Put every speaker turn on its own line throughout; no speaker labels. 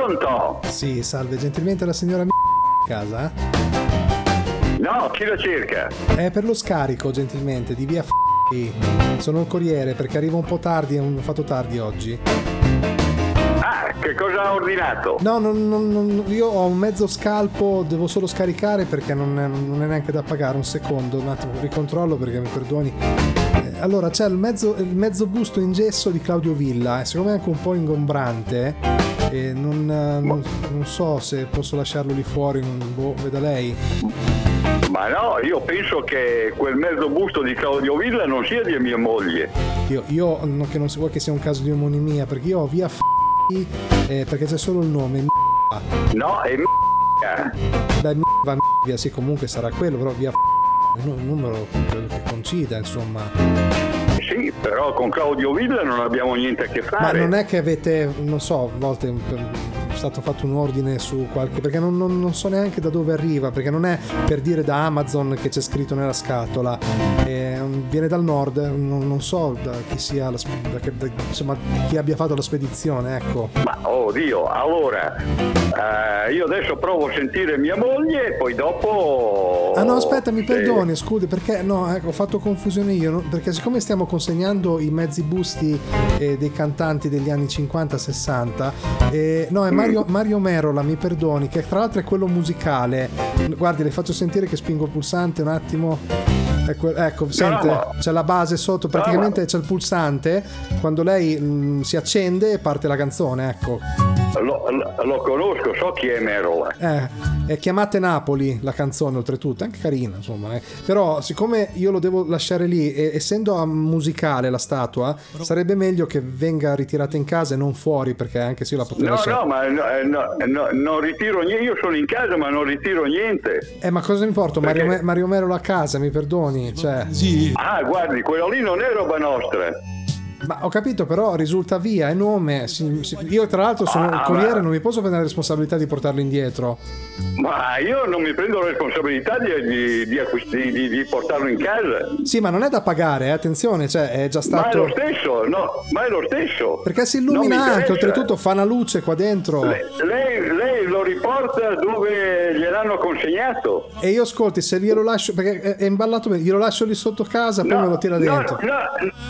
Pronto?
Sì, salve, gentilmente la signora M- in casa? eh?
No, chi lo cerca?
È per lo scarico, gentilmente, di via F***. Sono il corriere perché arrivo un po' tardi e ho fatto tardi oggi.
Ah, che cosa ha ordinato?
No, non- non- non- io ho un mezzo scalpo, devo solo scaricare perché non è, non è neanche da pagare. Un secondo, un attimo, ricontrollo perché mi perdoni. Eh, Allora, c'è il mezzo, il mezzo busto in gesso di Claudio Villa, e secondo me è anche un po' ingombrante. E non, eh, non- non so se posso lasciarlo lì fuori, non- boh, veda lei.
Ma no, io penso che quel mezzo busto di Claudio Villa non sia di mia moglie.
Io, io no- che non si vuole che sia un caso di omonimia, perché io ho via f***, eh, perché c'è solo il nome. m***a.
No, è m***a.
Dai, m***a, va m***a, via, sì, comunque sarà quello, però via f***, è un numero credo che concida, insomma.
Sì, però con Claudio Villa non abbiamo niente a che
Ma
fare.
non è che avete, non so, a volte per- è stato fatto un ordine su qualche, perché non, non- non so neanche da dove arriva, perché non è per dire da Amazon che c'è scritto nella scatola, Eh, viene dal nord, non, non so da chi sia, la sp- da che- da- insomma, chi abbia fatto la spedizione, ecco.
Ma oh Dio, allora eh, io adesso provo a sentire mia moglie e poi dopo. eh,
Ah no, aspetta, mi
Sì.
perdoni, scusi, perché no, ecco, ho fatto confusione io, no? perché siccome stiamo consegnando i mezzi busti eh, dei cantanti degli anni 50-60, eh, no, è Mario,
Mm.
Mario Merola, mi perdoni, che tra l'altro è quello musicale. Guardi, le faccio sentire che spingo il pulsante un attimo. Ecco, ecco, sente,
no.
c'è la base sotto, praticamente c'è il pulsante, quando lei mm, si accende parte la canzone, ecco.
Lo, lo- lo conosco, so chi è Merola.
Eh, eh, chiamate Napoli la canzone oltretutto, anche carina insomma. eh. Però siccome io lo devo lasciare lì, e- essendo a musicale la statua, sarebbe meglio che venga ritirata in casa e non fuori perché anche se io la potrei
No,
lasciare...
no, ma no, eh, no, no, non ritiro niente. Io sono in casa, ma non ritiro niente.
Eh ma cosa mi porto? Mario,
Perché?
Me- Mario Mero a casa, mi perdoni? Cioè,
Sì,
Ah, guardi, quella lì non è roba nostra.
ma ho capito però, risulta via, è nome. si- si- io tra l'altro sono il
Ah,
corriere,
ma-
non mi posso prendere la responsabilità di portarlo indietro.
Ma io non mi prendo la responsabilità di, di- di acquist- di- di- di portarlo in casa.
Sì, ma non è da pagare, eh, attenzione, cioè è già
Ma è
stato...
lo stesso, no, ma è lo stesso.
Perché si
Non mi
illumina anche,
interessa.
oltretutto fa una luce qua dentro.
Le- Lei, lei lo riporta dove gliel'hanno consegnato.
E io ascolti, se glielo lascio, perché è- è imballato bene, glielo lascio lì sotto casa, poi me lo tira dentro.
No,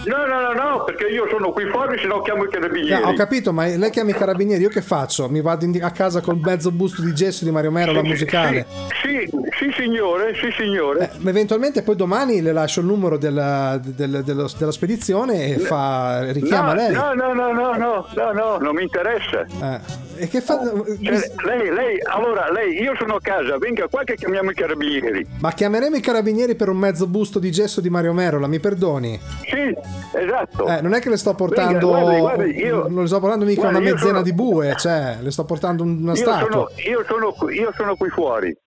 no, no, no, no, perché io sono qui fuori, se no chiamo i carabinieri.
No, Ah, ho capito, ma lei chiama i carabinieri, io che faccio? Mi vado in- a casa col mezzo busto di gesso di Mario Mero, la musicale.
Sì, sì, sì, signore, sì, signore.
Eh, ma eventualmente poi domani le lascio il numero della, del- dello- della spedizione e fa, richiama
no,
lei.
no, no, no, no, no, no, no, non mi interessa.
Eh, e che fa? eh,
Cioè, lei, lei, allora, lei, io sono a casa, venga qua che chiamiamo i carabinieri.
Ma chiameremo i carabinieri per un mezzo busto di gesso di Mario Merola, mi perdoni?
Sì, esatto.
Eh, non è che le sto portando.
guardi, guardi, io-
non le sto portando mica
guardi,
una
io
mezzena
sono-
di bue, cioè, le sto portando una
io,
statua.
sono, io, sono, qui- io sono qui fuori.